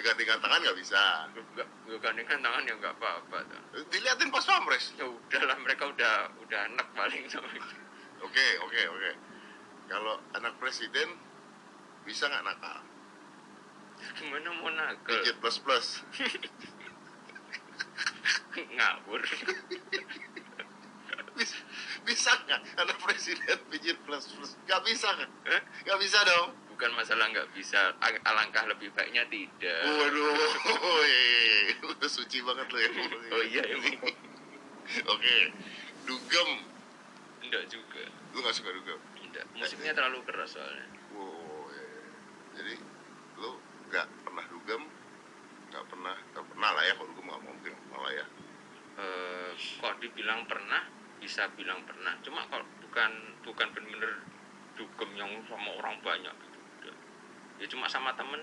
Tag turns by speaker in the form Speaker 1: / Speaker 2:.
Speaker 1: gandengan tangan nggak bisa
Speaker 2: gue gandengan tangan ya nggak apa-apa tuh.
Speaker 1: diliatin pas pampres
Speaker 2: ya udahlah mereka udah udah enak paling sama
Speaker 1: oke oke oke kalau anak presiden bisa nggak nakal
Speaker 2: gimana mau nakal
Speaker 1: digit plus plus
Speaker 2: ngawur
Speaker 1: bisa, bisa nggak anak presiden pijit plus plus nggak bisa kan
Speaker 2: Hah?
Speaker 1: nggak bisa dong
Speaker 2: bukan masalah nggak bisa Ang- alangkah lebih baiknya tidak
Speaker 1: waduh Oh, iya, woi, lu suci banget lo ya
Speaker 2: oh iya emang
Speaker 1: oke dugem
Speaker 2: enggak juga
Speaker 1: lu nggak suka dugem
Speaker 2: enggak musiknya terlalu keras soalnya
Speaker 1: wow iya, iya. jadi lu nggak pernah dugem nggak pernah eh, pernah lah ya kalau dugem nggak mungkin pernah lah ya
Speaker 2: eh kok dibilang pernah bisa bilang pernah cuma kalau bukan bukan bener-bener dugem yang sama orang banyak gitu Enggak. ya cuma sama temen